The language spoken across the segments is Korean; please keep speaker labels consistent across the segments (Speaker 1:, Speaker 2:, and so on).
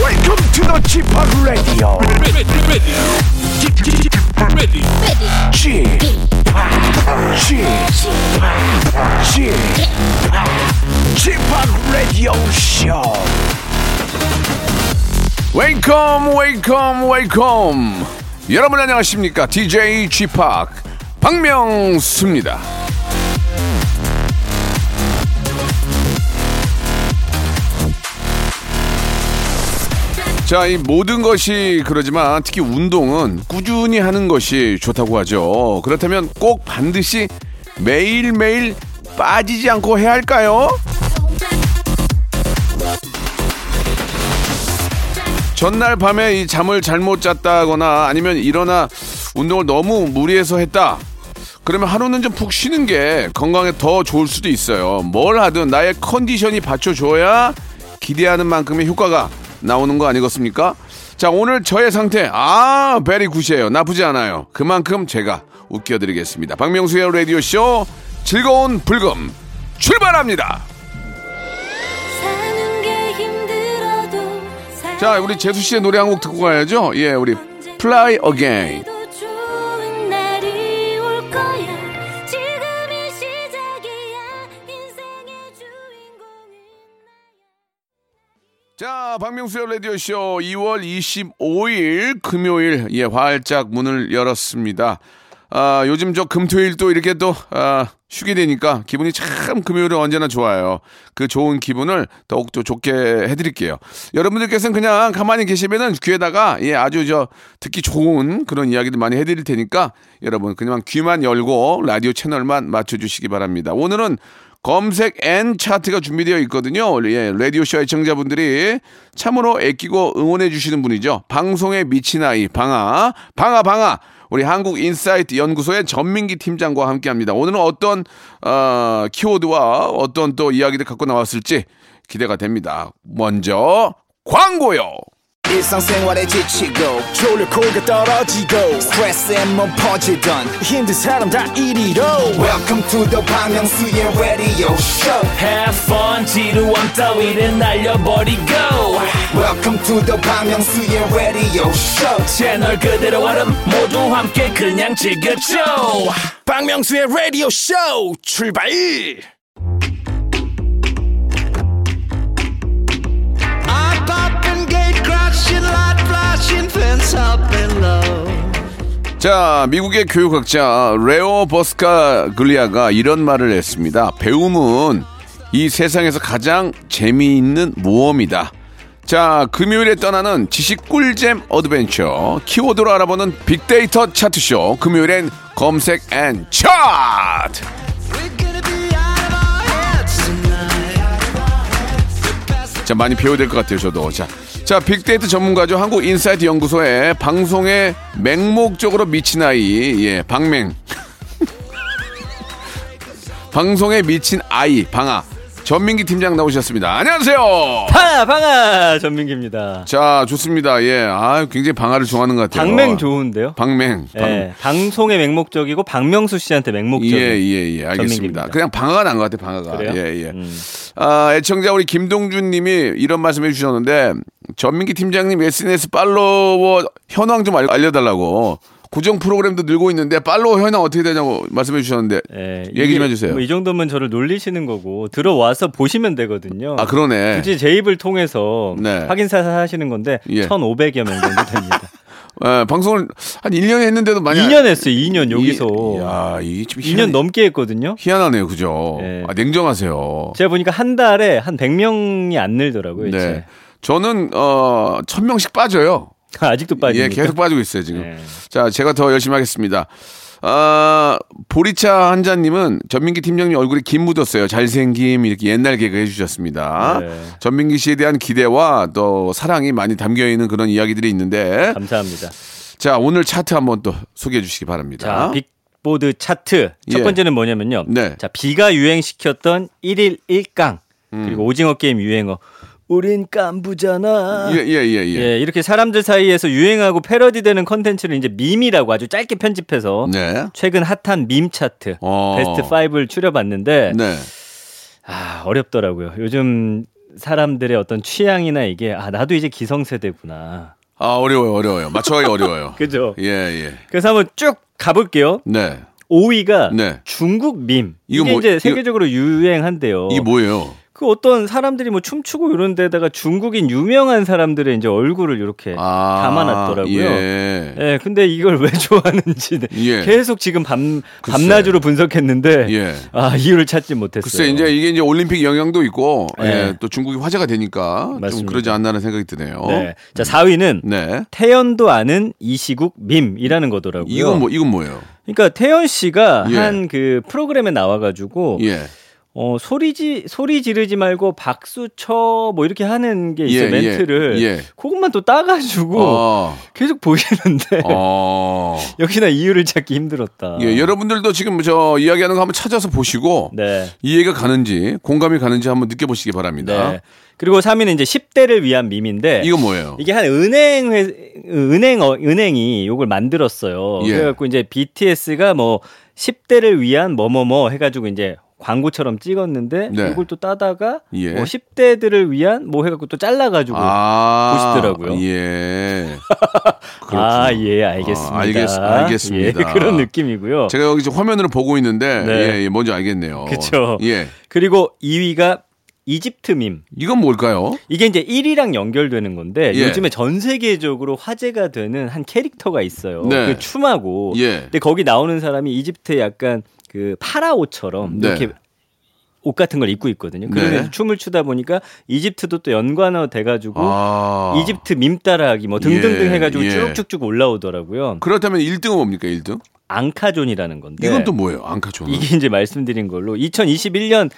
Speaker 1: Welcome to the g p o p Radio.
Speaker 2: ready, ready, ready, ready.
Speaker 1: g p o p g p o p g p o p Radio Show. Welcome, welcome, welcome. 여러분 안녕하십니까? DJ g p o p 박명수입니다. 자, 이 모든 것이 그러지만 특히 운동은 꾸준히 하는 것이 좋다고 하죠. 그렇다면 꼭 반드시 매일매일 빠지지 않고 해야 할까요? 전날 밤에 이 잠을 잘못 잤다거나 아니면 일어나 운동을 너무 무리해서 했다. 그러면 하루는 좀 푹 쉬는 게 건강에 더 좋을 수도 있어요. 뭘 하든 나의 컨디션이 받쳐줘야 기대하는 만큼의 효과가 나오는 거 아니겠습니까? 자, 오늘 저의 상태, 아, 베리 굿이에요. 나쁘지 않아요. 그만큼 제가 웃겨드리겠습니다. 박명수의 라디오쇼 즐거운 불금 출발합니다.
Speaker 3: 사는 게 힘들어도
Speaker 1: 자, 우리 제수 씨의 노래 한 곡 듣고 가야죠. 예, 우리 Fly Again.
Speaker 3: 좋은 날이 올 거야 지금이 시작이야 인생의 주인공은
Speaker 1: 자, 박명수의 라디오쇼 2월 25일 금요일, 예, 활짝 문을 열었습니다. 아, 요즘 저 금토일 또 이렇게 또, 아, 쉬게 되니까 기분이 참 금요일은 언제나 좋아요. 그 좋은 기분을 더욱더 좋게 해드릴게요. 여러분들께서는 그냥 가만히 계시면은 귀에다가, 예, 아주 저 듣기 좋은 그런 이야기도 많이 해드릴 테니까 여러분 그냥 귀만 열고 라디오 채널만 맞춰주시기 바랍니다. 오늘은 검색 N 차트가 준비되어 있거든요. 예, 라디오쇼 애청자분들이 참으로 애끼고 응원해 주시는 분이죠. 방송에 미친 아이, 방아, 방아, 방아. 우리 한국 인사이트 연구소의 전민기 팀장과 함께 합니다. 오늘은 어떤, 어, 키워드와 어떤 또 이야기를 갖고 나왔을지 기대가 됩니다. 먼저, 광고요!
Speaker 4: 일상생활에 지치고, 졸려 코가 떨어지고, 스트레스에 몸 퍼지던, 힘든 사람 다 이리로. welcome to the Bang Myung-soo's radio show
Speaker 5: Have fun 지루함 따위를 날려버리고
Speaker 4: welcome to the Bang Myung-soo's radio show
Speaker 5: 채널 그대로 얼음 모두 함께 그냥 즐겨줘 박명수의 라디오 쇼 출발
Speaker 1: 자, 미국의 교육학자 레오 버스카 글리아가 이런 말을 했습니다. 배움은 이 세상에서 가장 재미있는 모험이다. 자, 금요일에 떠나는 지식 꿀잼 어드벤처. 키워드로 알아보는 빅데이터 차트쇼. 금요일엔 검색 앤 차트! 자, 많이 배워야 될 것 같아요, 저도. 자, 자, 빅데이터 전문가죠. 한국 인사이트 연구소의 방송에 맹목적으로 미친 아이, 예, 방맹. 방송에 미친 아이, 방아. 전민기 팀장 나오셨습니다. 안녕하세요.
Speaker 6: 방아 방아 전민기입니다.
Speaker 1: 자, 좋습니다. 예, 아, 굉장히 방아를 좋아하는 것 같아요.
Speaker 6: 방맹 좋은데요?
Speaker 1: 방맹. 방-
Speaker 6: 예, 방송의 맹목적이고 박명수 씨한테 맹목적.
Speaker 1: 예, 예, 예. 알겠습니다.
Speaker 6: 전민기입니다.
Speaker 1: 그냥 방아가 난 것 같아요, 방아가.
Speaker 6: 그래요? 음.
Speaker 1: 예, 예. 아, 애청자 우리 김동준 님이 이런 말씀 해주셨는데, 전민기 팀장님 SNS 팔로워 현황 좀 알- 알려달라고. 고정 프로그램도 늘고 있는데, 팔로워 현황 어떻게 되냐고 말씀해 주셨는데,
Speaker 6: 예,
Speaker 1: 얘기 좀
Speaker 6: 이게
Speaker 1: 해주세요.
Speaker 6: 뭐이 정도면 저를 놀리시는 거고 들어와서 보시면 되거든요.
Speaker 1: 아, 그러네.
Speaker 6: 굳이 제 입을 통해서
Speaker 1: 네.
Speaker 6: 확인사 하시는 건데
Speaker 1: 예.
Speaker 6: 1,500여 명 정도 됩니다.
Speaker 1: 예, 방송을 한 1년 했는데도 많이.
Speaker 6: 2년 했어요. 2년 여기서
Speaker 1: 이- 야, 이게 좀
Speaker 6: 2년
Speaker 1: 희한-
Speaker 6: 넘게 했거든요.
Speaker 1: 희한하네요, 그죠?
Speaker 6: 예.
Speaker 1: 아, 냉정하세요.
Speaker 6: 제가 보니까 한 달에 한 100명이 안 늘더라고요.
Speaker 1: 네.
Speaker 6: 이제.
Speaker 1: 저는, 어, 천 명씩 빠져요.
Speaker 6: 아직도 빠지니까.
Speaker 1: 예, 계속 빠지고 있어요, 지금.
Speaker 6: 네.
Speaker 1: 자, 제가 더 열심히 하겠습니다. 아, 보리차 한자님은 전민기 팀장님 얼굴에 김 묻었어요. 잘생김 이렇게 옛날 개그 해주셨습니다.
Speaker 6: 네.
Speaker 1: 전민기 씨에 대한 기대와 또 사랑이 많이 담겨 있는 그런 이야기들이 있는데,
Speaker 6: 감사합니다.
Speaker 1: 자 오늘 차트 한번 또 소개해 주시기 바랍니다.
Speaker 6: 자, 빅보드 차트.
Speaker 1: 예.
Speaker 6: 첫 번째는 뭐냐면요.
Speaker 1: 네.
Speaker 6: 자, 비가 유행시켰던 1일 1강.
Speaker 1: 음.
Speaker 6: 그리고 오징어 게임 유행어. 우린 깐부잖아.
Speaker 1: 예, 예, 예, 예.
Speaker 6: 예, 이렇게 사람들 사이에서 유행하고 패러디되는 컨텐츠를 이제 밈이라고 아주 짧게 편집해서
Speaker 1: 네.
Speaker 6: 최근 핫한 밈 차트
Speaker 1: 어.
Speaker 6: 베스트 5를 추려봤는데
Speaker 1: 네.
Speaker 6: 아, 어렵더라고요. 요즘 사람들의 어떤 취향이나 이게 아 나도 이제 기성세대구나.
Speaker 1: 아 어려워요, 어려워요. 맞춰가기 어려워요.
Speaker 6: 그죠?
Speaker 1: 예, 예.
Speaker 6: 그래서 한번 쭉 가볼게요.
Speaker 1: 네.
Speaker 6: 5위가
Speaker 1: 네.
Speaker 6: 중국 밈.
Speaker 1: 이거
Speaker 6: 이게
Speaker 1: 뭐-
Speaker 6: 이제
Speaker 1: 이거-
Speaker 6: 세계적으로 유행한대요.
Speaker 1: 이게 뭐예요?
Speaker 6: 그 어떤 사람들이 뭐 춤추고 이런 데다가 중국인 유명한 사람들의 이제 얼굴을 이렇게
Speaker 1: 아,
Speaker 6: 담아놨더라고요. 예.
Speaker 1: 예.
Speaker 6: 근데 이걸 왜 좋아하는지
Speaker 1: 예.
Speaker 6: 계속 지금 밤
Speaker 1: 글쎄.
Speaker 6: 밤낮으로 분석했는데
Speaker 1: 예.
Speaker 6: 아 이유를 찾지 못했어요.
Speaker 1: 글쎄 이제 이게 이제 올림픽 영향도 있고 예,
Speaker 6: 예.
Speaker 1: 또 중국이 화제가 되니까 좀
Speaker 6: 맞습니다.
Speaker 1: 그러지 않나라는 생각이 드네요.
Speaker 6: 네. 자 4위는
Speaker 1: 네.
Speaker 6: 태연도 아는 이시국 밈이라는 거더라고요.
Speaker 1: 이건 뭐 이건 뭐예요?
Speaker 6: 그러니까 태연 씨가
Speaker 1: 예.
Speaker 6: 한 그 프로그램에 나와가지고
Speaker 1: 예.
Speaker 6: 어, 소리지 소리 지르지 말고 박수 쳐뭐 이렇게 하는 게
Speaker 1: 예,
Speaker 6: 있어요 멘트를
Speaker 1: 예, 예.
Speaker 6: 그것만 또 따가지고
Speaker 1: 어.
Speaker 6: 계속 보이는데
Speaker 1: 어.
Speaker 6: 역시나 이유를 찾기 힘들었다.
Speaker 1: 예, 여러분들도 지금 저 이야기하는 거 한번 찾아서 보시고
Speaker 6: 아. 네.
Speaker 1: 이해가 가는지 공감이 가는지 한번 느껴보시기 바랍니다.
Speaker 6: 네. 그리고 3위는 이제 10대를 위한 밈인데
Speaker 1: 이거 뭐예요?
Speaker 6: 이게 한 은행 회 은행 어, 은행이 요걸 만들었어요.
Speaker 1: 예.
Speaker 6: 그래갖고 이제 BTS가 뭐 10대를 위한 뭐뭐뭐 해가지고 이제 광고처럼 찍었는데
Speaker 1: 네.
Speaker 6: 이걸 또 따다가
Speaker 1: 예.
Speaker 6: 뭐 10대들을 위한 뭐 해갖고 또 잘라가지고 아,
Speaker 1: 아,
Speaker 6: 보시더라고요.
Speaker 1: 예. 그렇군요.
Speaker 6: 예 알겠습니다.
Speaker 1: 아, 알겠- 알겠습니다.
Speaker 6: 예, 그런 느낌이고요.
Speaker 1: 제가 여기 지금 화면으로 보고 있는데
Speaker 6: 네.
Speaker 1: 예, 예, 뭔지 알겠네요.
Speaker 6: 그쵸.
Speaker 1: 예.
Speaker 6: 그리고 2위가 이집트 밈.
Speaker 1: 이건 뭘까요?
Speaker 6: 이게 이제 1위랑 연결되는 건데
Speaker 1: 예.
Speaker 6: 요즘에 전 세계적으로 화제가 되는 한 캐릭터가 있어요.
Speaker 1: 네.
Speaker 6: 그 춤하고.
Speaker 1: 예.
Speaker 6: 근데 거기 나오는 사람이 이집트의 약간 그 파라오처럼
Speaker 1: 네.
Speaker 6: 이렇게 옷 같은 걸 입고 있거든요. 그러면서
Speaker 1: 네.
Speaker 6: 춤을 추다 보니까 이집트도 또 연관어 돼가지고
Speaker 1: 아.
Speaker 6: 이집트 밈 따라하기 뭐 등등등
Speaker 1: 예,
Speaker 6: 해가지고
Speaker 1: 예.
Speaker 6: 쭉쭉쭉 올라오더라고요.
Speaker 1: 그렇다면 1등은 뭡니까, 1등?
Speaker 6: 앙카존이라는 건데
Speaker 1: 이건 또 뭐예요? 앙카존.
Speaker 6: 네. 이게 이제 말씀드린 걸로 2021년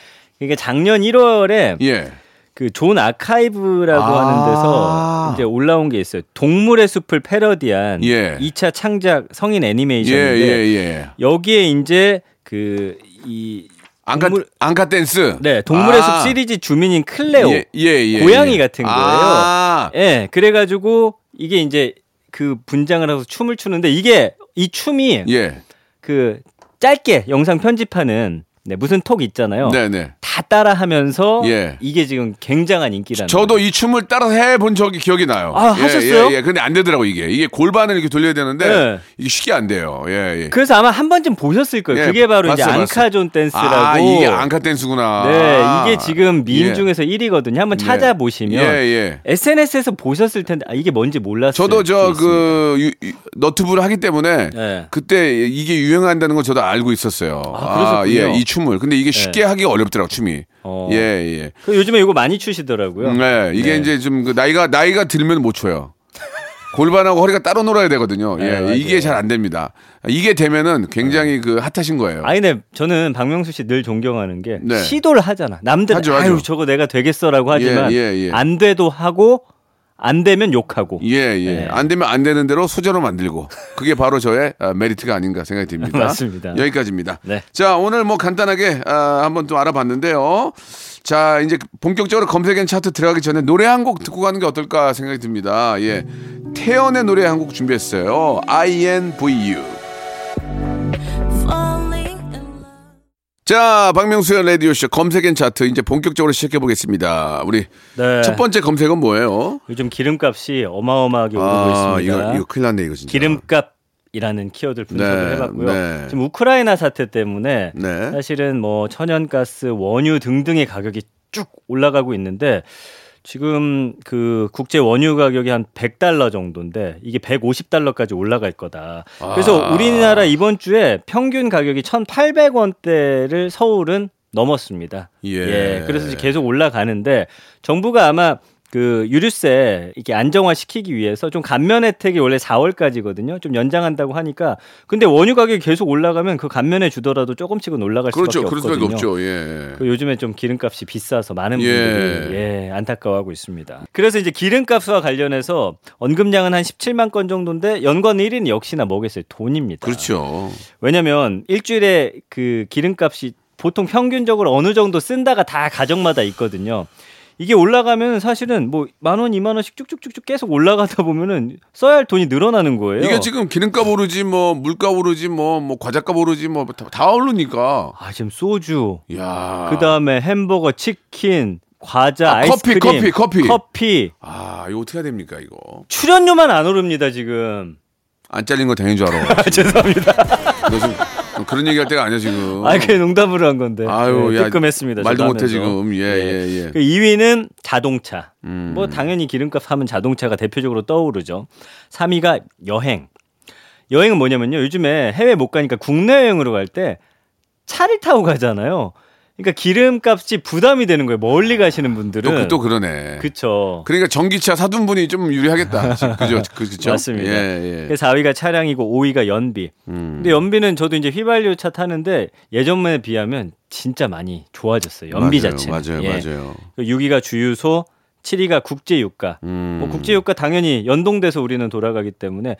Speaker 6: 그러니까 작년 1월에
Speaker 1: 예.
Speaker 6: 그 존 아카이브라고
Speaker 1: 아.
Speaker 6: 하는 데서 이제 올라온 게 있어요. 동물의 숲을 패러디한
Speaker 1: 예.
Speaker 6: 2차 창작 성인
Speaker 1: 예,
Speaker 6: 애니메이션인데
Speaker 1: 예, 예.
Speaker 6: 여기에 이제 그이
Speaker 1: 앙카
Speaker 6: 동물-
Speaker 1: 앙카 댄스.
Speaker 6: 네, 동물의
Speaker 1: 아.
Speaker 6: 숲 시리즈 주민인 클레오.
Speaker 1: 예, 예, 예.
Speaker 6: 고양이
Speaker 1: 예.
Speaker 6: 같은 거예요.
Speaker 1: 아.
Speaker 6: 예, 그래 가지고 이게 이제 그 분장을 하고 춤을 추는데 이게 이 춤이
Speaker 1: 예.
Speaker 6: 그 짧게 영상 편집하는 네, 무슨 톡 있잖아요.
Speaker 1: 네, 네.
Speaker 6: 다 따라하면서
Speaker 1: 예.
Speaker 6: 이게 지금 굉장한 인기라는
Speaker 1: 저도
Speaker 6: 거예요.
Speaker 1: 이 춤을 따라 해본 적이 기억이 나요.
Speaker 6: 아,
Speaker 1: 예,
Speaker 6: 하셨어요?
Speaker 1: 예, 예. 근데 안 되더라고 이게. 이게 골반을 이렇게 돌려야 되는데
Speaker 6: 예.
Speaker 1: 이게 쉽게 안 돼요. 예, 예.
Speaker 6: 그래서 아마 한 번쯤 보셨을 거예요.
Speaker 1: 예,
Speaker 6: 그게 바로 이제
Speaker 1: 봤어요,
Speaker 6: 앙카존 댄스라고.
Speaker 1: 아, 이게 앙카 댄스구나.
Speaker 6: 네, 이게 지금 밈
Speaker 1: 예.
Speaker 6: 중에서 1위거든요. 한번
Speaker 1: 예.
Speaker 6: 찾아보시면
Speaker 1: 예, 예.
Speaker 6: SNS에서 보셨을 텐데 아, 이게 뭔지 몰랐어요.
Speaker 1: 저도 저 그 너트브를 하기 때문에
Speaker 6: 네.
Speaker 1: 그때 이게 유행한다는 걸 저도 알고 있었어요.
Speaker 6: 아, 그러셨군요. 네.
Speaker 1: 예, 이 춤을. 근데 이게 쉽게 하기 가 어렵더라고 춤이.
Speaker 6: 어.
Speaker 1: 예, 예.
Speaker 6: 그 요즘에 이거 많이 추시더라고요.
Speaker 1: 네, 이게
Speaker 6: 네.
Speaker 1: 이제 좀그 나이가 나이가 들면 못 춰요. 골반하고 허리가 따로 놀아야 되거든요.
Speaker 6: 네,
Speaker 1: 예,
Speaker 6: 맞아요. 네.
Speaker 1: 이게 잘 안 됩니다. 이게 되면은 굉장히 그 핫하신 거예요.
Speaker 6: 아니, 네. 저는 박명수 씨 늘 존경하는 게
Speaker 1: 네.
Speaker 6: 시도를 하잖아. 남들
Speaker 1: 하죠,
Speaker 6: 아유,
Speaker 1: 하죠.
Speaker 6: 저거 내가 되겠어라고 하지만
Speaker 1: 예, 예, 예.
Speaker 6: 안 돼도 하고 안 되면 욕하고.
Speaker 1: 예, 예.
Speaker 6: 네.
Speaker 1: 안 되면 안 되는 대로 소재로 만들고 그게 바로 저의 아, 메리트가 아닌가 생각이 듭니다.
Speaker 6: 맞습니다.
Speaker 1: 여기까지입니다.
Speaker 6: 네.
Speaker 1: 자, 오늘 뭐 간단하게 아, 한번 좀 알아봤는데요. 자, 이제 본격적으로 검색엔 차트 들어가기 전에 노래 한 곡 듣고 가는 게 어떨까 생각이 듭니다. 예. 태연의 노래 한 곡 준비했어요. INVU.
Speaker 3: Falling in love.
Speaker 1: 자, 박명수의 라디오쇼 검색엔 차트 이제 본격적으로 시작해 보겠습니다. 우리
Speaker 6: 네.
Speaker 1: 첫 번째 검색은 뭐예요?
Speaker 6: 요즘 기름값이 어마어마하게 오르고
Speaker 1: 아,
Speaker 6: 있습니다.
Speaker 1: 이거, 이거 큰일 났네, 이거 진짜.
Speaker 6: 기름값이라는 키워드를 분석을
Speaker 1: 네,
Speaker 6: 해봤고요.
Speaker 1: 네.
Speaker 6: 지금 우크라이나 사태 때문에
Speaker 1: 네.
Speaker 6: 사실은 뭐 천연가스, 원유 등등의 가격이 쭉 올라가고 있는데 지금 그 국제 원유 가격이 한 100달러 정도인데 이게 150달러까지 올라갈 거다. 그래서
Speaker 1: 아.
Speaker 6: 우리나라 이번 주에 평균 가격이 1,800원대를 서울은 넘었습니다.
Speaker 1: 예.
Speaker 6: 그래서 이제 계속 올라가는데 정부가 아마 그 유류세 이렇게 안정화 시키기 위해서 좀 감면 혜택이 원래 4월까지거든요. 좀 연장한다고 하니까 근데 원유 가격이 계속 올라가면 그 감면해 주더라도 조금씩은 올라갈
Speaker 1: 그렇죠.
Speaker 6: 수밖에
Speaker 1: 그럴
Speaker 6: 없거든요.
Speaker 1: 수밖에 없죠. 예.
Speaker 6: 그 요즘에 좀 기름값이 비싸서 많은
Speaker 1: 예.
Speaker 6: 분들이 예, 안타까워하고 있습니다. 그래서 이제 기름값과 관련해서 언급량은 한 17만 건 정도인데 연관 1위는 역시나 뭐겠어요? 돈입니다.
Speaker 1: 그렇죠.
Speaker 6: 왜냐면 일주일에 그 기름값이 보통 평균적으로 어느 정도 쓴다가 다 가정마다 있거든요. 이게 올라가면 사실은 뭐 만 원, 이만 원씩 쭉쭉쭉쭉 계속 올라가다 보면은 써야 할 돈이 늘어나는 거예요.
Speaker 1: 이게 지금 기름값 오르지 뭐 물값 오르지 뭐 뭐 과자값 오르지 뭐 다 오르니까.
Speaker 6: 아, 지금 소주,
Speaker 1: 야.
Speaker 6: 그다음에 햄버거, 치킨, 과자,
Speaker 1: 아, 커피,
Speaker 6: 아이스크림,
Speaker 1: 커피, 커피.
Speaker 6: 커피.
Speaker 1: 아, 이거 어떻게 해야 됩니까, 이거?
Speaker 6: 출연료만 안 오릅니다 지금.
Speaker 1: 안 잘린 거 당연히 줄 알아.
Speaker 6: 죄송합니다.
Speaker 1: 너 지금 그런 얘기 할 때가 아니야, 지금.
Speaker 6: 아, 그게 농담으로 한 건데.
Speaker 1: 어. 아유,
Speaker 6: 네,
Speaker 1: 야,
Speaker 6: 뜨끔했습니다.
Speaker 1: 말도
Speaker 6: 저도
Speaker 1: 못해,
Speaker 6: 하면서.
Speaker 1: 지금. 예, 예, 예.
Speaker 6: 그 2위는 자동차.
Speaker 1: 음.
Speaker 6: 뭐 당연히 기름값 하면 자동차가 대표적으로 떠오르죠. 3위가 여행. 여행은 뭐냐면요. 요즘에 해외 못 가니까 국내 여행으로 갈 때 차를 타고 가잖아요. 그러니까 기름값이 부담이 되는 거예요. 멀리 가시는 분들은.
Speaker 1: 또, 그, 또 그러네. 그,
Speaker 6: 그쵸.
Speaker 1: 러니까 전기차 사둔 분이 좀 유리하겠다. 지- 그죠? 그, 그죠?
Speaker 6: 맞습니다.
Speaker 1: 예, 예.
Speaker 6: 그래서 4위가 차량이고 5위가 연비.
Speaker 1: 음.
Speaker 6: 근데 연비는 저도 이제 휘발유 차 타는데 예전에 비하면 진짜 많이 좋아졌어요. 연비
Speaker 1: 맞아요,
Speaker 6: 자체. 예.
Speaker 1: 맞아요, 맞아요.
Speaker 6: 6위가 주유소, 7위가 국제유가.
Speaker 1: 음.
Speaker 6: 뭐 국제유가 당연히 연동돼서 우리는 돌아가기 때문에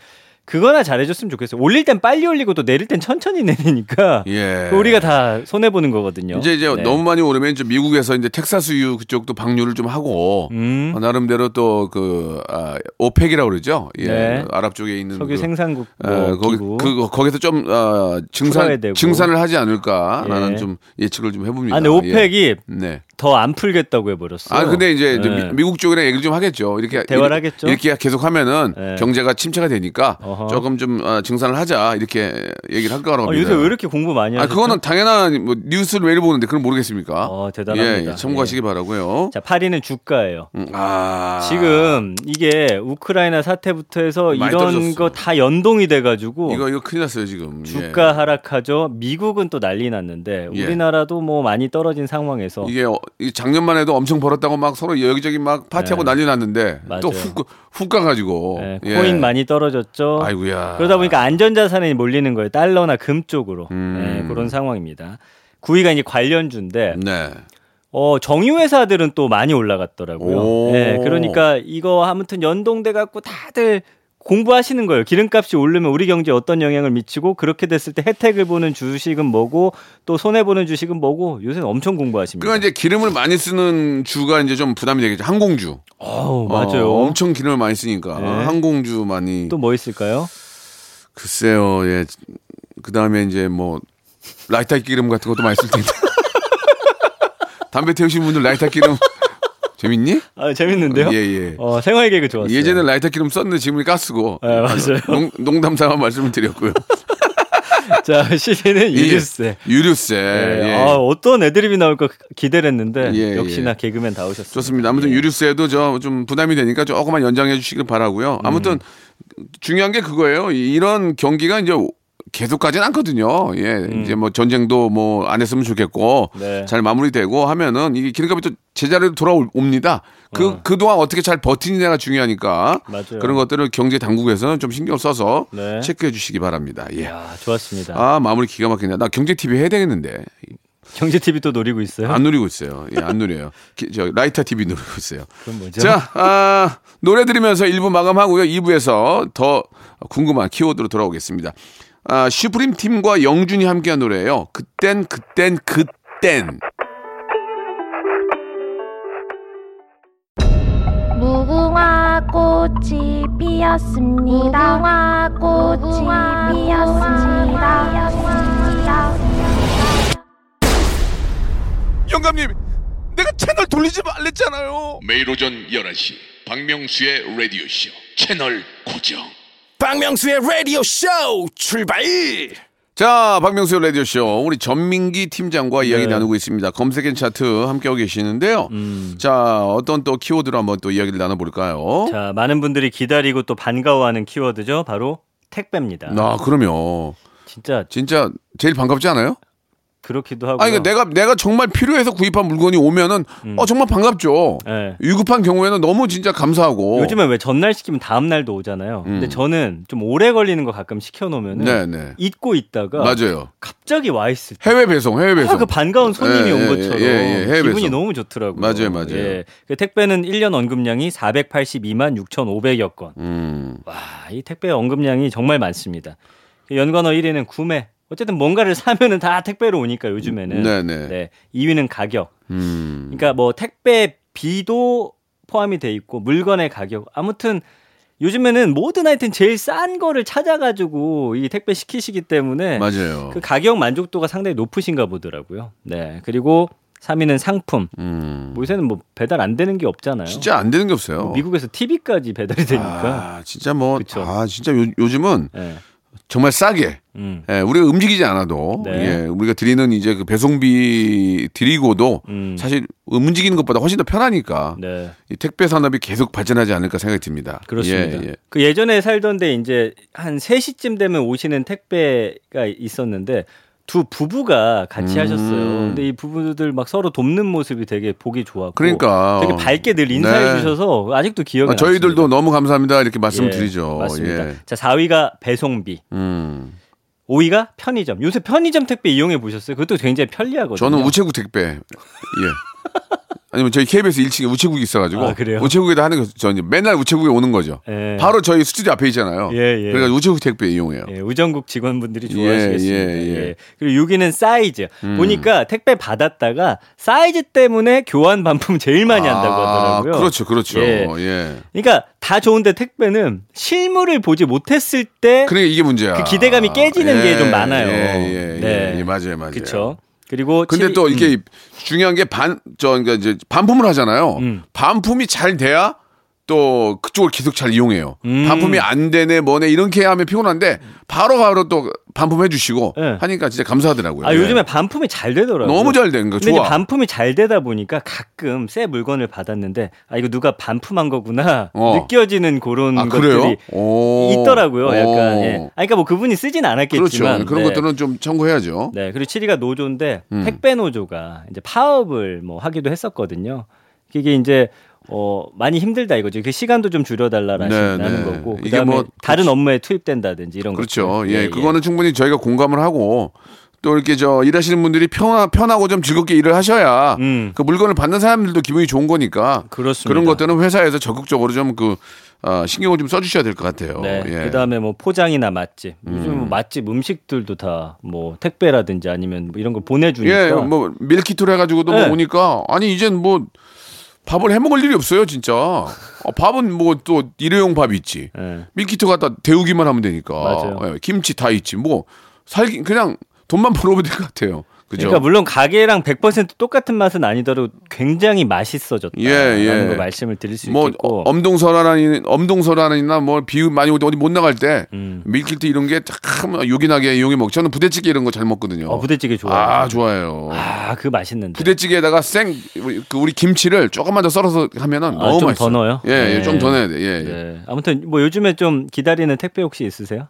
Speaker 6: 그거나 잘해줬으면 좋겠어요. 올릴 땐 빨리 올리고 또 내릴 땐 천천히 내리니까
Speaker 1: 예.
Speaker 6: 그거 우리가 다 손해 보는 거거든요.
Speaker 1: 이제 이제
Speaker 6: 네.
Speaker 1: 너무 많이 오르면 이제 미국에서 이제 텍사스유 그쪽도 방류를 좀 하고
Speaker 6: 음.
Speaker 1: 어, 나름대로 또 그 아, 오펙이라고 그러죠. 예.
Speaker 6: 네.
Speaker 1: 아랍 쪽에 있는
Speaker 6: 석유
Speaker 1: 그,
Speaker 6: 생산국 뭐
Speaker 1: 어, 거기
Speaker 6: 기구.
Speaker 1: 그 거기서 좀 어,
Speaker 6: 풀어야
Speaker 1: 증산
Speaker 6: 되고.
Speaker 1: 증산을 하지 않을까라는
Speaker 6: 예.
Speaker 1: 좀 예측을 좀 해봅니다.
Speaker 6: 아, 근데
Speaker 1: 예.
Speaker 6: 오펙이
Speaker 1: 네.
Speaker 6: 더 안 풀겠다고 해버렸어.
Speaker 1: 아 근데 이제 미-
Speaker 6: 네.
Speaker 1: 미국 쪽이랑 얘기를 좀 하겠죠. 이렇게
Speaker 6: 대화를
Speaker 1: 이렇게-
Speaker 6: 하겠죠.
Speaker 1: 이렇게 계속 하면은
Speaker 6: 네.
Speaker 1: 경제가 침체가 되니까
Speaker 6: 어허.
Speaker 1: 조금 좀 어, 증산을 하자 이렇게 얘기를 할 거라고
Speaker 6: 어,
Speaker 1: 합니다.
Speaker 6: 요새 왜 이렇게 공부 많이
Speaker 1: 아
Speaker 6: 하죠?
Speaker 1: 그거는 당연한 뭐, 뉴스를 매일 보는데 그건 모르겠습니까?
Speaker 6: 어, 대단합니다. 예.
Speaker 1: 예, 예, 참고하시기 바라고요.
Speaker 6: 자 8위는 주가예요.
Speaker 1: 음, 아
Speaker 6: 지금 이게 우크라이나 사태부터 해서
Speaker 1: 많이
Speaker 6: 이런
Speaker 1: 떨어졌어.
Speaker 6: 거 다 연동이 돼가지고
Speaker 1: 이거 이거 큰일 났어요 지금.
Speaker 6: 주가 하락하죠. 미국은 또 난리 났는데
Speaker 1: 예.
Speaker 6: 우리나라도 뭐 많이 떨어진 상황에서
Speaker 1: 예. 이게 어, 이 작년만 해도 엄청 벌었다고 막 서로 여기저기 막 파티하고
Speaker 6: 네.
Speaker 1: 난리 났는데
Speaker 6: 맞아요.
Speaker 1: 또훅훅 가가지고
Speaker 6: 예,
Speaker 1: 예.
Speaker 6: 코인 많이 떨어졌죠.
Speaker 1: 아이고야.
Speaker 6: 그러다 보니까 안전자산에 몰리는 거예요. 달러나 금 쪽으로
Speaker 1: 음.
Speaker 6: 예, 그런 상황입니다. 9위가 이제 관련주인데
Speaker 1: 네.
Speaker 6: 어, 정유회사들은 또 많이
Speaker 1: 오.
Speaker 6: 올라갔더라고요. 예, 그러니까 이거 아무튼 연동돼 갖고 다들 공부하시는 거예요. 기름값이 오르면 우리 경제에 어떤 영향을 미치고 그렇게 됐을 때 혜택을 보는 주식은 뭐고 또 손해 보는 주식은 뭐고 요새는 엄청 공부하십니다.
Speaker 1: 그러니까 이제 기름을 많이 쓰는 주가 이제 좀 부담이 되겠죠. 항공주.
Speaker 6: 어우,
Speaker 1: 어,
Speaker 6: 맞아요.
Speaker 1: 엄청 기름을 많이 쓰니까
Speaker 6: 네.
Speaker 1: 항공주 많이.
Speaker 6: 또 뭐 있을까요?
Speaker 1: 글쎄요. 예. 그 다음에 이제 뭐 라이터 기름 같은 것도 많이 쓸 텐데. 담배 태우신 분들 라이터 기름 재밌니?
Speaker 6: 아, 재밌는데요?
Speaker 1: 예, 예.
Speaker 6: 어, 생활 개그 좋았어요.
Speaker 1: 예전에 라이터 기름 썼는데 지금은 가스고.
Speaker 6: 네, 맞아요.
Speaker 1: 농, 농담삼아 말씀을 드렸고요.
Speaker 6: 자,
Speaker 1: 예.
Speaker 6: 시대는 유류세.
Speaker 1: 유류세.
Speaker 6: 예.
Speaker 1: 예.
Speaker 6: 아, 어떤 애드립이 나올까 기대를 했는데
Speaker 1: 예,
Speaker 6: 역시나
Speaker 1: 예.
Speaker 6: 개그맨 다 오셨습니다.
Speaker 1: 좋습니다. 아무튼
Speaker 6: 예.
Speaker 1: 유류세도 저 좀 부담이 되니까 조금만 연장해 주시길 바라고요.
Speaker 6: 음.
Speaker 1: 아무튼 중요한 게 그거예요. 이- 이런 경기가 이제 계속 가진 않거든요. 예. 이제 뭐 전쟁도 뭐 안 했으면 좋겠고
Speaker 6: 음. 네.
Speaker 1: 잘 마무리되고 하면은 이게 기름값이 또 제자리로 돌아옵니다. 그, 그동안 어떻게 잘 버티느냐가 중요하니까
Speaker 6: 맞아요.
Speaker 1: 그런 것들을 경제 당국에서는 좀 신경 써서
Speaker 6: 네.
Speaker 1: 체크해 주시기 바랍니다. 예.
Speaker 6: 야, 좋았습니다.
Speaker 1: 아, 마무리 기가 막히네. 나 경제 TV 해야 되겠는데.
Speaker 6: 경제 TV 또 노리고 있어요.
Speaker 1: 안 누리고 있어요. 예, 안 누려요. 기- 저 라이터 TV 누리고 있어요.
Speaker 6: 그럼 뭐죠?
Speaker 1: 자, 아, 노래 들으면서 1부 마감하고요. 2부에서 더 궁금한 키워드로 돌아오겠습니다. 아, 슈프림 팀과 영준이 함께한 노래예요. 그땐 그땐 그땐.
Speaker 3: 무궁화 꽃이 피었습니다. 무궁화 꽃이 피었습니다.
Speaker 1: 영감님, 내가 채널 돌리지 말랬잖아요.
Speaker 2: 매일 오전 11시 박명수의 라디오쇼 채널 고정
Speaker 5: 박명수의 라디오 쇼 출발
Speaker 1: 자, 박명수 라디오 쇼 우리 전민기 팀장과 이야기
Speaker 6: 네.
Speaker 1: 나누고 있습니다. 검색엔 차트 함께하고 계시는데요. 자, 어떤 또 키워드로 한번 또 이야기를 나눠볼까요?
Speaker 6: 음. 자, 많은 분들이 기다리고 또 반가워하는 키워드죠. 바로 택배입니다.
Speaker 1: 아, 그러면
Speaker 6: 진짜
Speaker 1: 진짜 제일 반갑지 않아요?
Speaker 6: 그렇기도 하고.
Speaker 1: 아니, 그러니까 내가, 내가 정말 필요해서 구입한 물건이 오면은, 어, 정말 반갑죠.
Speaker 6: 음. 예.
Speaker 1: 위급한 경우에는 너무 진짜 감사하고.
Speaker 6: 요즘에 왜 전날 시키면 다음 날도 오잖아요. 근데 저는 좀 오래 걸리는 거 가끔 시켜놓으면
Speaker 1: 네, 네.
Speaker 6: 잊고 있다가
Speaker 1: 맞아요.
Speaker 6: 갑자기 와 있을 때.
Speaker 1: 해외 배송, 해외 배송.
Speaker 6: 그러니까 아, 그 반가운 손님이
Speaker 1: 예,
Speaker 6: 온
Speaker 1: 예,
Speaker 6: 것처럼
Speaker 1: 예, 예, 해외
Speaker 6: 기분이
Speaker 1: 배송.
Speaker 6: 너무 좋더라고요.
Speaker 1: 맞아요, 맞아요.
Speaker 6: 그 택배는 1년 언급량이 482만 6,500여 건.
Speaker 1: 음.
Speaker 6: 와, 이 택배 언급량이 정말 많습니다. 그 연관어 1위는 구매. 어쨌든 뭔가를 사면은 다 택배로 오니까 요즘에는.
Speaker 1: 네, 네.
Speaker 6: 2위는 가격.
Speaker 1: 음.
Speaker 6: 그러니까 뭐 택배비도 포함이 돼 있고 물건의 가격. 아무튼 요즘에는 모든 하여튼 제일 싼 거를 찾아가지고 이 택배 시키시기 때문에
Speaker 1: 맞아요.
Speaker 6: 그 가격 만족도가 상당히 높으신가 보더라고요. 네. 그리고 3위는 상품.
Speaker 1: 음.
Speaker 6: 뭐 요새는 뭐 배달 안 되는 게 없잖아요.
Speaker 1: 진짜 안 되는 게 없어요.
Speaker 6: 뭐 미국에서 TV까지 배달이 되니까.
Speaker 1: 아, 진짜 뭐,
Speaker 6: 그쵸.
Speaker 1: 아, 진짜 요, 요즘은
Speaker 6: 예.
Speaker 1: 정말 싸게.
Speaker 6: 음.
Speaker 1: 예, 우리가 움직이지 않아도
Speaker 6: 네.
Speaker 1: 예, 우리가 드리는 이제 그 배송비 드리고도
Speaker 6: 음.
Speaker 1: 사실 움직이는 것보다 훨씬 더 편하니까
Speaker 6: 네.
Speaker 1: 이 택배 산업이 계속 발전하지 않을까 생각이 듭니다.
Speaker 6: 그렇습니다.
Speaker 1: 예, 예.
Speaker 6: 그 예전에 살던데 이제 한 3시쯤 되면 오시는 택배가 있었는데 두 부부가 같이
Speaker 1: 음.
Speaker 6: 하셨어요. 근데 이 부부들 막 서로 돕는 모습이 되게 보기 좋았고
Speaker 1: 그러니까
Speaker 6: 되게 밝게 늘 인사해
Speaker 1: 네.
Speaker 6: 주셔서 아직도 기억이
Speaker 1: 아, 저희들도
Speaker 6: 남습니다.
Speaker 1: 너무 감사합니다 이렇게
Speaker 6: 예,
Speaker 1: 말씀드리죠.
Speaker 6: 맞습니다.
Speaker 1: 예.
Speaker 6: 자, 4위가 배송비.
Speaker 1: 음.
Speaker 6: 5위가 편의점. 요새 편의점 택배 이용해 보셨어요? 그것도 굉장히 편리하거든요.
Speaker 1: 저는 우체국 택배. 예. 아니면 저희 KBS 1층에 우체국이 있어가지고
Speaker 6: 아, 그래요?
Speaker 1: 우체국에다 하는 거 저는 맨날 우체국에 오는 거죠.
Speaker 6: 예.
Speaker 1: 바로 저희 스튜디오 앞에 있잖아요.
Speaker 6: 예, 예.
Speaker 1: 그러니까 우체국 택배 이용해요.
Speaker 6: 예, 우정국 직원분들이 좋아하시겠습니다.
Speaker 1: 예, 음.
Speaker 6: 예,
Speaker 1: 예, 예.
Speaker 6: 그리고 6위는 사이즈. 보니까 택배 받았다가 사이즈 때문에 교환 반품 제일 많이 한다고 하더라고요.
Speaker 1: 아, 그렇죠, 그렇죠.
Speaker 6: 예.
Speaker 1: 예.
Speaker 6: 그러니까 다 좋은데 택배는 실물을 보지 못했을
Speaker 1: 그래
Speaker 6: 때
Speaker 1: 그러니까 이게 문제야.
Speaker 6: 그 기대감이 깨지는 게좀 많아요.
Speaker 1: 예, 예, 예.
Speaker 6: 네.
Speaker 1: 예, 맞아요, 맞아요.
Speaker 6: 그쵸. 그리고
Speaker 1: 근데
Speaker 6: 칠위-
Speaker 1: 또 이게
Speaker 6: 음,
Speaker 1: 중요한 게 반, 저, 그러니까 이제 반품을 하잖아요.
Speaker 6: 음.
Speaker 1: 반품이 잘 돼야 또 그쪽을 계속 잘 이용해요.
Speaker 6: 음.
Speaker 1: 반품이 안 되네, 뭐네, 이렇게 하면 피곤한데 바로바로 또 반품해 주시고
Speaker 6: 예.
Speaker 1: 하니까 진짜 감사하더라고요.
Speaker 6: 아
Speaker 1: 예.
Speaker 6: 요즘에 반품이 잘 되더라고요.
Speaker 1: 너무 잘 되는 거
Speaker 6: 근데 이제
Speaker 1: 좋아.
Speaker 6: 반품이 잘 되다 보니까 가끔 새 물건을 받았는데 아 이거 누가 반품한 거구나
Speaker 1: 어.
Speaker 6: 느껴지는 그런
Speaker 1: 아, 그래요?
Speaker 6: 것들이
Speaker 1: 오.
Speaker 6: 있더라고요. 약간.
Speaker 1: 오.
Speaker 6: 예. 아, 그러니까 뭐 그분이 쓰진
Speaker 1: 그렇죠.
Speaker 6: 않았겠지만
Speaker 1: 그런
Speaker 6: 네.
Speaker 1: 것들은 좀 청구해야죠.
Speaker 6: 네. 그리고 7위가 노조인데
Speaker 1: 음.
Speaker 6: 택배 노조가 이제 파업을 뭐 하기도 했었거든요. 그게 이제 어 많이 힘들다 이거죠. 그 시간도 좀 줄여달라라는
Speaker 1: 네, 네.
Speaker 6: 거고
Speaker 1: 이게
Speaker 6: 그다음에
Speaker 1: 뭐
Speaker 6: 다른 업무에 투입된다든지 이런
Speaker 1: 그렇죠.
Speaker 6: 것들.
Speaker 1: 예, 그거는 충분히 저희가 공감을 하고 또 이렇게 저 일하시는 분들이 편하, 편하고 좀 즐겁게 일을 하셔야
Speaker 6: 음.
Speaker 1: 그 물건을 받는 사람들도 기분이 좋은 거니까
Speaker 6: 그렇습니다.
Speaker 1: 런 것들은 회사에서 적극적으로 좀 그 신경을 좀 써주셔야 될 것 같아요.
Speaker 6: 네.
Speaker 1: 예. 음.
Speaker 6: 그다음에 뭐 포장이나 맛집. 요즘 뭐 맛집 음식들도 다 뭐 택배라든지 아니면 뭐 이런 걸 보내주니까.
Speaker 1: 예, 뭐 밀키트로 해가지고도
Speaker 6: 네.
Speaker 1: 뭐 오니까 아니 이젠 뭐 밥을 해 먹을 일이 없어요, 진짜. 아, 밥은 뭐 또 일회용 밥 있지.
Speaker 6: 예.
Speaker 1: 밀키트 갖다 데우기만 하면 되니까.
Speaker 6: 맞아요.
Speaker 1: 예, 김치 다 있지. 뭐 살기 그냥 돈만 벌어오면 될 것 같아요. 그죠?
Speaker 6: 그러니까 물론 가게랑 100% 똑같은 맛은 아니더라도 굉장히 맛있어졌다는
Speaker 1: 예, 예.
Speaker 6: 걸 말씀을 드릴 수
Speaker 1: 뭐
Speaker 6: 있겠고.
Speaker 1: 엄동설화나 엄동설화나 뭐 비 많이 오때 어디 못 나갈 때
Speaker 6: 음.
Speaker 1: 밀키트 이런 게 참 요긴하게 이용해 먹. 저는 부대찌개 이런 거 잘 먹거든요.
Speaker 6: 어, 부대찌개 좋아요.
Speaker 1: 아 좋아요.
Speaker 6: 아, 그 맛있는데.
Speaker 1: 부대찌개에다가 생 우리, 그 우리 김치를 조금만 더 썰어서 하면은
Speaker 6: 아,
Speaker 1: 너무
Speaker 6: 좀더
Speaker 1: 맛있어요.
Speaker 6: 넣어요?
Speaker 1: 예,
Speaker 6: 네.
Speaker 1: 예, 좀 더 넣어야 돼. 예, 예.
Speaker 6: 네. 아무튼 뭐 요즘에 좀 기다리는 택배 혹시 있으세요?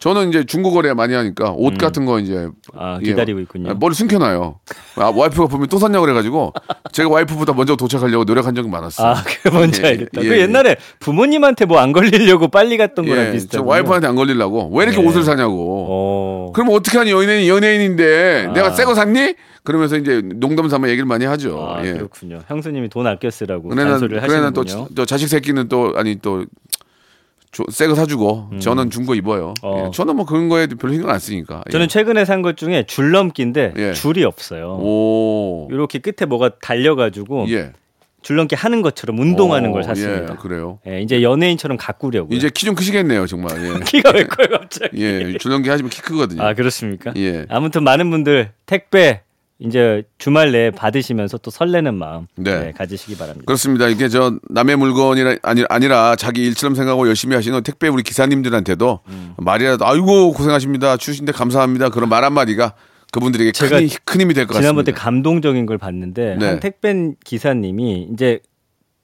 Speaker 1: 저는 이제 중고거래 많이 하니까 옷 같은 거 이제
Speaker 6: 음. 아,
Speaker 1: 예.
Speaker 6: 기다리고 있군요.
Speaker 1: 아, 머리 숨겨놔요. 아, 와이프가 보면 또 샀냐 고 그래가지고 제가 와이프보다 먼저 도착하려고 노력한 적이 많았어요.
Speaker 6: 아, 그게 뭔지
Speaker 1: 예,
Speaker 6: 알겠다.
Speaker 1: 예,
Speaker 6: 그
Speaker 1: 예.
Speaker 6: 옛날에 부모님한테 뭐 안 걸리려고 빨리 갔던 거랑
Speaker 1: 예, 저
Speaker 6: 비슷하죠.
Speaker 1: 와이프한테 안 걸리려고 왜 이렇게
Speaker 6: 예.
Speaker 1: 옷을 사냐고.
Speaker 6: 어.
Speaker 1: 그럼 어떻게 하니 연예인 연예인인데
Speaker 6: 아.
Speaker 1: 내가 새 거 샀니? 그러면서 이제 농담 삼아 얘기를 많이 하죠.
Speaker 6: 아,
Speaker 1: 예.
Speaker 6: 그렇군요. 형수님이 돈 아껴 쓰라고
Speaker 1: 그래는
Speaker 6: 잔소리를
Speaker 1: 그래는 또,
Speaker 6: 하시는군요.
Speaker 1: 저 자식 새끼는 또 아니 또새 거 사주고 저는 중고 입어요.
Speaker 6: 음. 어.
Speaker 1: 예. 저는 뭐 그런 거에 별로 신경 안 쓰니까. 예.
Speaker 6: 저는 최근에 산 것 중에 줄넘기인데
Speaker 1: 예.
Speaker 6: 줄이 없어요.
Speaker 1: 오.
Speaker 6: 이렇게 끝에 뭐가 달려가지고
Speaker 1: 예.
Speaker 6: 줄넘기 하는 것처럼 운동하는
Speaker 1: 오,
Speaker 6: 걸
Speaker 1: 예,
Speaker 6: 샀습니다. 네.
Speaker 1: 그래요.
Speaker 6: 예, 이제 연예인처럼 가꾸려고.
Speaker 1: 이제 키 좀 크시겠네요, 정말. 예.
Speaker 6: 키가 왜 커요, 갑자기?
Speaker 1: 예. 줄넘기 하시면 키 크거든요.
Speaker 6: 아 그렇습니까?
Speaker 1: 예.
Speaker 6: 아무튼 많은 분들 택배 이제 주말 내에 받으시면서 또 설레는 마음
Speaker 1: 네.
Speaker 6: 네, 가지시기 바랍니다.
Speaker 1: 그렇습니다. 이게 저 남의 물건이라 아니, 아니라 자기 일처럼 생각하고 열심히 하시는 택배 우리 기사님들한테도 말이라도 아이고 고생하십니다. 추신데 감사합니다. 그런 말 한마디가 그분들에게
Speaker 6: 제가
Speaker 1: 큰, 힘- 큰 힘이 될 것 같습니다.
Speaker 6: 지난번 때 감동적인 걸 봤는데
Speaker 1: 네.
Speaker 6: 한 택배 기사님이 이제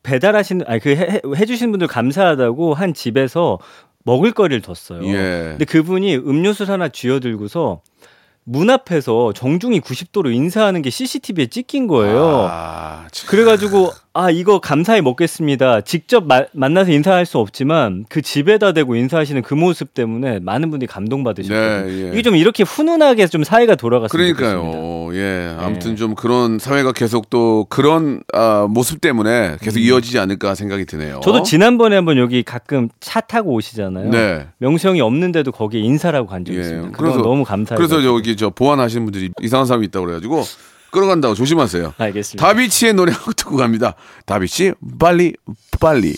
Speaker 6: 배달하시는 아니 그 해, 주신 분들 감사하다고 한 집에서 먹을 거리를 뒀어요.
Speaker 1: 예.
Speaker 6: 근데 그분이 음료수를 하나 쥐어들고서 문 앞에서 정중히 90도로 인사하는 게 CCTV에 찍힌 거예요.
Speaker 1: 아, 참.
Speaker 6: 그래가지고 아 이거 감사히 먹겠습니다. 직접 마- 만나서 인사할 수 없지만 그 집에다 대고 인사하시는 그 모습 때문에 많은 분들이 감동받으셨거든요.
Speaker 1: 네, 예.
Speaker 6: 이게 좀 이렇게 훈훈하게 좀 사회가 돌아갔으면 좋겠습니다.
Speaker 1: 그러니까요. 예. 아무튼 좀 그런 사회가 계속 또 그런 아, 모습 때문에 계속 이어지지 않을까 생각이 드네요.
Speaker 6: 음. 저도 지난번에 한번 여기 가끔 차 타고 오시잖아요.
Speaker 1: 어? 네.
Speaker 6: 명수 형이 없는데도 거기에 인사라고 간 적이
Speaker 1: 예.
Speaker 6: 있습니다. 그래서
Speaker 1: 그래서
Speaker 6: 너무 감사해요.
Speaker 1: 그래서 저기 저 보안하시는 분들이 이상한 사람이 있다고 그래가지고 끌어간다고 조심하세요.
Speaker 6: 알겠습니다.
Speaker 1: 예. 다비치의 노래 한곡 듣고 갑니다. 다비치 빨리 빨리.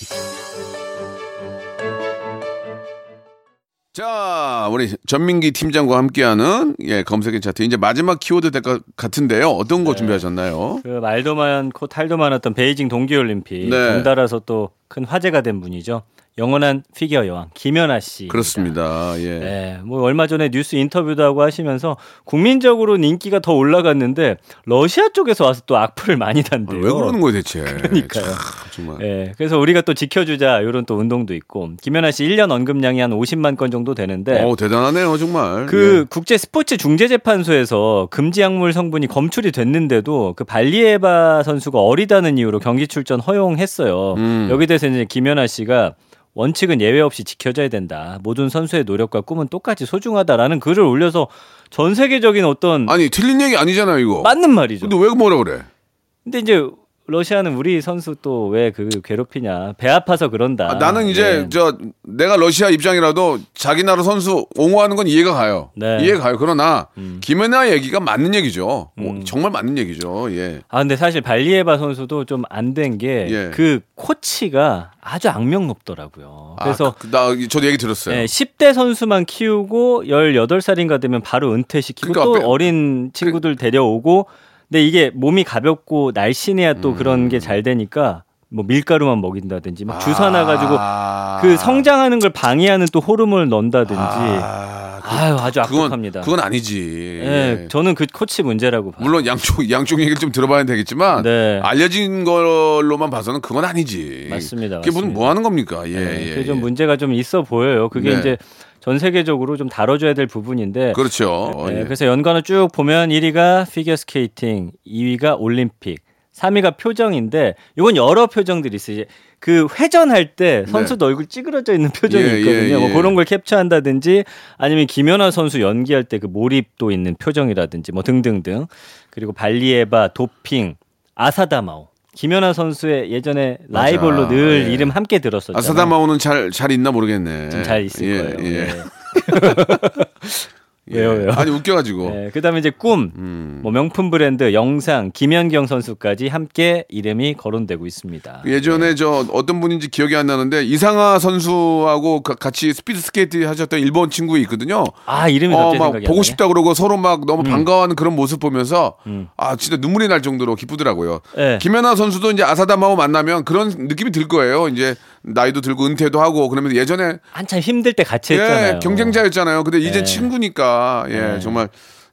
Speaker 1: 자, 우리 전민기 팀장과 함께하는 예, 검색인 차트 이제 마지막 키워드 될 것 같은데요. 어떤 거 준비하셨나요?
Speaker 6: 그 말도 많고 탈도 많았던 베이징 동계올림픽
Speaker 1: 네.
Speaker 6: 연달아서 또 큰 화제가 된 분이죠. 영원한 피겨 여왕 김연아 씨.
Speaker 1: 그렇습니다. 예.
Speaker 6: 네, 뭐 얼마 전에 뉴스 인터뷰도 하고 하시면서 국민적으로는 인기가 더 올라갔는데 러시아 쪽에서 와서 또 악플을 많이
Speaker 1: 아,
Speaker 6: 단대요.
Speaker 1: 왜 그러는 거예요, 대체?
Speaker 6: 그러니까요.
Speaker 1: 참, 정말.
Speaker 6: 예, 그래서 우리가 또 지켜주자 이런 또 운동도 있고 김연아 씨 1년 언급량이 한 50만 건 정도 되는데
Speaker 1: 어, 대단하네요, 정말.
Speaker 6: 그
Speaker 1: 예.
Speaker 6: 국제 스포츠 중재 재판소에서 금지 약물 성분이 검출이 됐는데도 그 발리에바 선수가 어리다는 이유로 경기 출전 허용했어요.
Speaker 1: 음.
Speaker 6: 여기 대해서 이제 김연아 씨가 원칙은 예외 없이 지켜져야 된다. 모든 선수의 노력과 꿈은 똑같이 소중하다라는 글을 올려서 전 세계적인 어떤
Speaker 1: 예. 아니, 틀린 얘기 아니잖아요, 이거.
Speaker 6: 맞는 말이죠.
Speaker 1: 근데 왜 뭐라 그래?
Speaker 6: 근데 이제 러시아는 우리 선수 또 왜 그 괴롭히냐. 배 아파서 그런다.
Speaker 1: 아, 나는 이제
Speaker 6: 네.
Speaker 1: 저 내가 러시아 입장이라도 자기 나라 선수 옹호하는 건 이해가 가요.
Speaker 6: 네. 음.
Speaker 1: 이해가 가요. 그러나 김연아 얘기가 맞는 얘기죠. 어, 정말 맞는 얘기죠. 예.
Speaker 6: 아 근데 사실 발리에바 선수도 좀 안 된 게
Speaker 1: 예.
Speaker 6: 그 코치가 아주 악명 높더라고요.
Speaker 1: 아, 그래서
Speaker 6: 그래서
Speaker 1: 나 저도 얘기 들었어요.
Speaker 6: 예, 10대 선수만 키우고 18살인가 되면 바로 은퇴시키고
Speaker 1: 그러니까 빼-
Speaker 6: 또 어린 친구들 데려오고 근데 이게 몸이 가볍고 날씬해야
Speaker 1: 음.
Speaker 6: 또 그런 게 잘 되니까 뭐 밀가루만 먹인다든지 막 주사 놔 가지고
Speaker 1: 아.
Speaker 6: 그 성장하는 걸 방해하는 또 호르몬을 넣는다든지 아,
Speaker 1: 아, 그-
Speaker 6: 유 아주
Speaker 1: 그건
Speaker 6: 악독합니다.
Speaker 1: 그건 아니지.
Speaker 6: 예, 저는 그 코치 문제라고 봐요.
Speaker 1: 물론 양쪽 양쪽 얘기를 좀 들어봐야 되겠지만
Speaker 6: 네.
Speaker 1: 알려진 걸로만 봐서는 그건 아니지.
Speaker 6: 맞습니다,
Speaker 1: 그게 무슨
Speaker 6: 맞습니다.
Speaker 1: 뭐 하는 겁니까? 예,
Speaker 6: 네,
Speaker 1: 예,
Speaker 6: 그게 좀
Speaker 1: 예.
Speaker 6: 문제가 좀 있어 보여요. 그게
Speaker 1: 네.
Speaker 6: 이제 전 세계적으로 좀 다뤄줘야 될 부분인데.
Speaker 1: 그렇죠. 어,
Speaker 6: 네,
Speaker 1: 예.
Speaker 6: 그래서 연관을 쭉 보면 1위가 피겨 스케이팅, 2위가 올림픽, 3위가 표정인데 이건 여러 표정들이 있어요. 이제 그 회전할 때 선수 도 얼굴 찌그러져 있는 표정이
Speaker 1: 네. 예, 예,
Speaker 6: 있거든요. 뭐
Speaker 1: 예.
Speaker 6: 그런 걸 캡처한다든지 아니면 김연아 선수 연기할 때 그 몰입도 있는 표정이라든지 뭐 등등등. 그리고 발리에바, 도핑, 아사다마오. 김연아 선수의 예전에 라이벌로
Speaker 1: 맞아.
Speaker 6: 늘
Speaker 1: 예.
Speaker 6: 이름 함께 들었었잖아요.
Speaker 1: 아사다마오는 잘 잘 있나 모르겠네.
Speaker 6: 지금 잘 있을
Speaker 1: 예,
Speaker 6: 거예요.
Speaker 1: 예.
Speaker 6: 네. 왜요, 왜요?
Speaker 1: 아니 웃겨가지고.
Speaker 6: 네, 그다음에 이제 꿈, 뭐 명품 브랜드, 영상, 김연경 선수까지 함께 이름이 거론되고 있습니다.
Speaker 1: 예전에 저 어떤 분인지 기억이 안 나는데 이상하 선수하고 가- 같이 스피드 스케이트 하셨던 일본 친구 있거든요.
Speaker 6: 아 이름이
Speaker 1: 어,
Speaker 6: 갑자기
Speaker 1: 막
Speaker 6: 생각이 음. 안
Speaker 1: 보고
Speaker 6: 나네.
Speaker 1: 싶다 그러고 서로 막 너무 반가워하는 그런 모습 보면서
Speaker 6: 음.
Speaker 1: 아 진짜 눈물이 날 정도로 기쁘더라고요.
Speaker 6: 네.
Speaker 1: 김연아 선수도 이제 아사다마오 만나면 그런 느낌이 들 거예요. 이제 나이도 들고 은퇴도 하고 그러면 예전에
Speaker 6: 한참 힘들 때 같이 했잖아요. 예.
Speaker 1: 예, 경쟁자였잖아요. 근데 이제 친구니까 예, 정말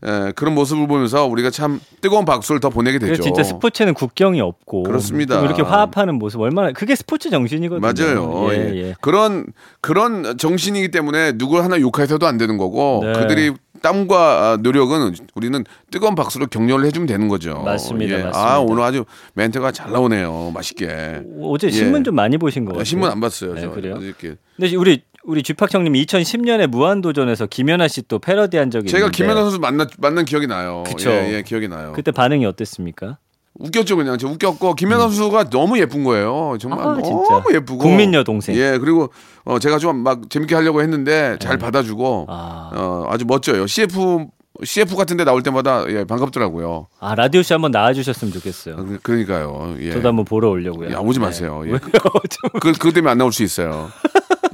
Speaker 1: 예, 그런 모습을 보면서 우리가 참 뜨거운 박수를 더 보내게
Speaker 6: 그래서
Speaker 1: 되죠.
Speaker 6: 진짜 스포츠는 국경이 없고
Speaker 1: 그렇습니다.
Speaker 6: 좀 이렇게 화합하는 모습 얼마나 그게 스포츠 정신이거든요.
Speaker 1: 맞아요.
Speaker 6: 예,
Speaker 1: 예.
Speaker 6: 예.
Speaker 1: 그런 그런 정신이기 때문에 누굴 하나 욕해서도 안 되는 거고
Speaker 6: 네.
Speaker 1: 그들이 땀과 노력은 우리는 뜨거운 박수로 격려를 해주면 되는 거죠.
Speaker 6: 맞습니다,
Speaker 1: 아
Speaker 6: 맞습니다.
Speaker 1: 오늘 아주 멘트가 잘 나오네요. 맛있게.
Speaker 6: 어제 신문
Speaker 1: 예.
Speaker 6: 좀 많이 보신 거 같아요.
Speaker 1: 신문 안 봤어요.
Speaker 6: 네,
Speaker 1: 저.
Speaker 6: 그래요?
Speaker 1: 이렇게.
Speaker 6: 근데 우리 우리 주팍청님 2010년에 무한도전에서 김연아 씨 또 패러디한 적이
Speaker 1: 제가
Speaker 6: 있는데
Speaker 1: 김연아 선수 만나 만난 기억이 나요.
Speaker 6: 그쵸.
Speaker 1: 예, 예, 기억이 나요.
Speaker 6: 그때 반응이 어땠습니까?
Speaker 1: 웃겼죠 그냥 저 웃겼고 김연아 선수가 너무 예쁜 거예요 정말
Speaker 6: 음. 아, 진짜.
Speaker 1: 너무 예쁘고
Speaker 6: 국민 여동생.
Speaker 1: 예 그리고 어, 제가 좀 막 재밌게 하려고 했는데 잘 받아주고
Speaker 6: 네. 아.
Speaker 1: 어, 아주 멋져요 CF CF 같은데 나올 때마다 예 반갑더라고요
Speaker 6: 아 라디오 씨 한번 나와주셨으면 좋겠어요.
Speaker 1: 그- 그러니까요 예.
Speaker 6: 저도 한번 보러 오려고요.
Speaker 1: 예, 오지
Speaker 6: 네.
Speaker 1: 마세요 예.
Speaker 6: 왜요? 좀-
Speaker 1: 그, 그 때문에 안 나올 수 있어요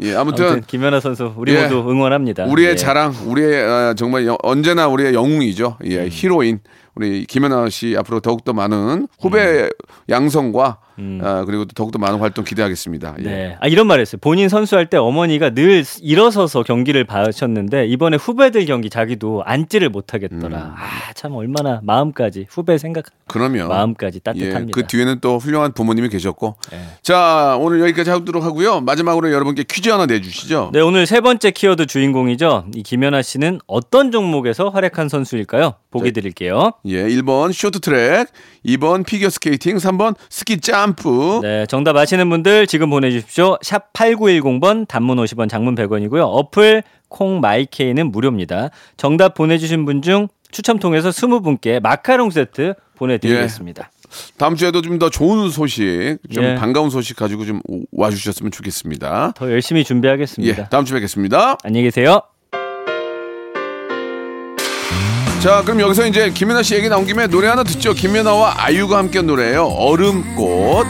Speaker 1: 예 아무튼
Speaker 6: 아무튼 김연아 선수 우리
Speaker 1: 예.
Speaker 6: 모두 응원합니다.
Speaker 1: 우리의
Speaker 6: 예.
Speaker 1: 자랑, 우리의 아, 정말 영- 언제나 우리의 영웅이죠. 예,
Speaker 6: 음.
Speaker 1: 히로인. 우리 김연아 씨 앞으로 더욱더 많은 후배
Speaker 6: 음.
Speaker 1: 양성과 아, 그리고 또 더욱더 많은 활동 기대하겠습니다. 예.
Speaker 6: 네. 아 이런 말했어요. 본인 선수할 때 어머니가 늘 일어서서 경기를 봐셨는데 이번에 후배들 경기 자기도 앉지를 못하겠더라.
Speaker 1: 음.
Speaker 6: 아 참 얼마나 마음까지 후배 생각
Speaker 1: 그러면
Speaker 6: 마음까지
Speaker 1: 예,
Speaker 6: 따뜻합니다. 네.
Speaker 1: 그 뒤에는 또 훌륭한 부모님이 계셨고. 자, 오늘 여기까지 하도록 하고요. 마지막으로 여러분께 퀴즈 하나 내주시죠.
Speaker 6: 네 오늘 세 번째 키워드 주인공이죠. 이 김연아 씨는 어떤 종목에서 활약한 선수일까요? 보기 드릴게요.
Speaker 1: 예, 1번 쇼트트랙, 2번 피겨스케이팅, 3번 스키 점프.
Speaker 6: 네, 정답 아시는 분들 지금 보내주십시오. 샵 8910번 단문 50원 장문 100원이고요. 어플 콩마이케이는 무료입니다. 정답 보내주신 분 중 추첨 통해서 20분께 마카롱 세트 보내드리겠습니다.
Speaker 1: 다음 주에도 좀 더 좋은 소식, 좀
Speaker 6: 예.
Speaker 1: 반가운 소식 가지고 좀 오- 와주셨으면 좋겠습니다.
Speaker 6: 더 열심히 준비하겠습니다.
Speaker 1: 예, 다음 주에 뵙겠습니다.
Speaker 6: 안녕히 계세요.
Speaker 1: 자, 그럼 여기서 이제 김연아 씨 얘기 나온 김에 노래 하나 듣죠. 김연아와 아이유가 함께 한 노래예요. 얼음꽃.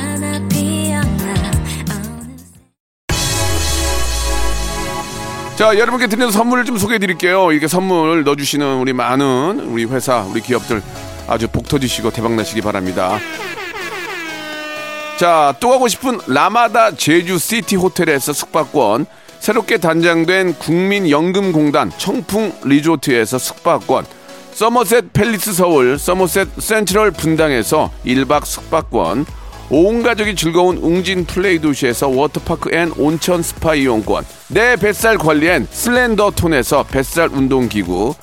Speaker 1: 자, 여러분께 드리는 선물을 좀 소개해 드릴게요. 이렇게 선물 넣어주시는 우리 많은 우리 회사, 우리 기업들 아주 복 터지시고 대박나시기 바랍니다. 자, 또 가고 싶은 라마다 제주시티 호텔에서 숙박권, 새롭게 단장된 국민연금공단 청풍 리조트에서 숙박권, 서머셋 팰리스 서울, 서머셋 센트럴 분당에서 일박 숙박권, 온 가족이 즐거운 웅진 플레이 도시에서 워터파크 앤 온천 스파 이용권, 내 뱃살 관리엔 슬렌더 톤에서 뱃살 운동기구,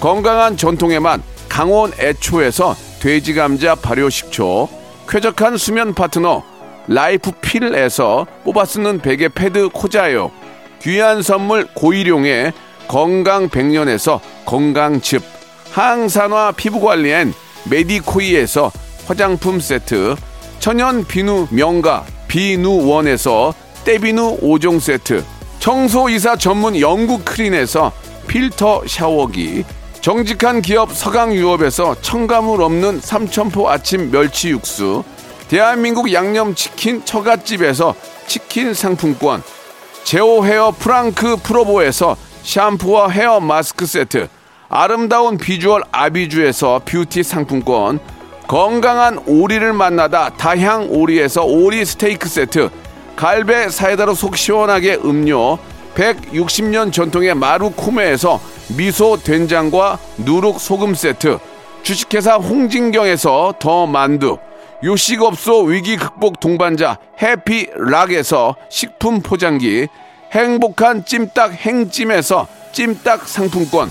Speaker 1: 건강한 전통의 맛 강원 애초에서 돼지 감자 발효 식초 쾌적한 수면 파트너 라이프 필에서 뽑아 쓰는 베개 패드 코자요 귀한 선물 고일용의 건강 백년에서 건강즙 항산화 피부관리엔 메디코이에서 화장품 세트 천연 비누 명가 비누원에서 때비누 5종 세트 청소이사 전문 영국크린에서 필터 샤워기 정직한 기업 서강유업에서 첨가물 없는 삼천포 아침 멸치 육수 대한민국 양념치킨 처갓집에서 치킨 상품권 제오 헤어 프랑크 프로보에서 샴푸와 헤어 마스크 세트, 아름다운 비주얼 아비주에서 뷰티 상품권, 건강한 오리를 만나다 다향 오리에서 오리 스테이크 세트, 갈배 사이다로 속 시원하게 음료, 160년 전통의 마루코메에서 미소 된장과 누룩 소금 세트, 주식회사 홍진경에서 더 만두, 요식업소 위기 극복 동반자 해피락에서 식품 포장기, 행복한 찜닭 행찜에서 찜닭 상품권,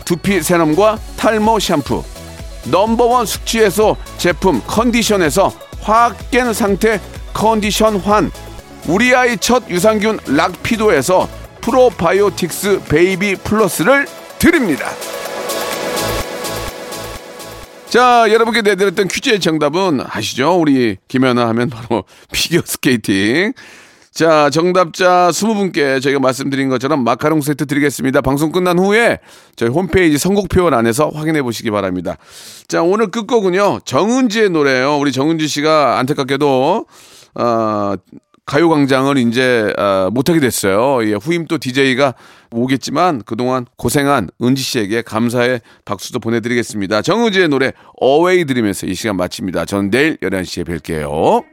Speaker 1: 두피 세럼과 탈모 샴푸 넘버원 숙취해소 제품 컨디션에서 화학 깬 상태 컨디션 환 우리 아이 첫 유산균 락피도에서 프로바이오틱스 베이비 플러스를 드립니다. 자, 여러분께 내드렸던 퀴즈의 정답은 아시죠? 우리 김연아 하면 바로 피겨 스케이팅. 자, 정답자 20분께 저희가 말씀드린 것처럼 마카롱 세트 드리겠습니다. 방송 끝난 후에 저희 홈페이지 선곡표현 안에서 확인해 보시기 바랍니다. 자, 오늘 끝곡은요. 정은지의 노래예요. 우리 정은지 씨가 안타깝게도 어, 가요광장을 이제 어, 못하게 됐어요. 예, 후임 또 DJ가 오겠지만 그동안 고생한 은지 씨에게 감사의 박수도 보내드리겠습니다. 정은지의 노래 어웨이 들으면서 이 시간 마칩니다. 저는 내일 11시에 뵐게요.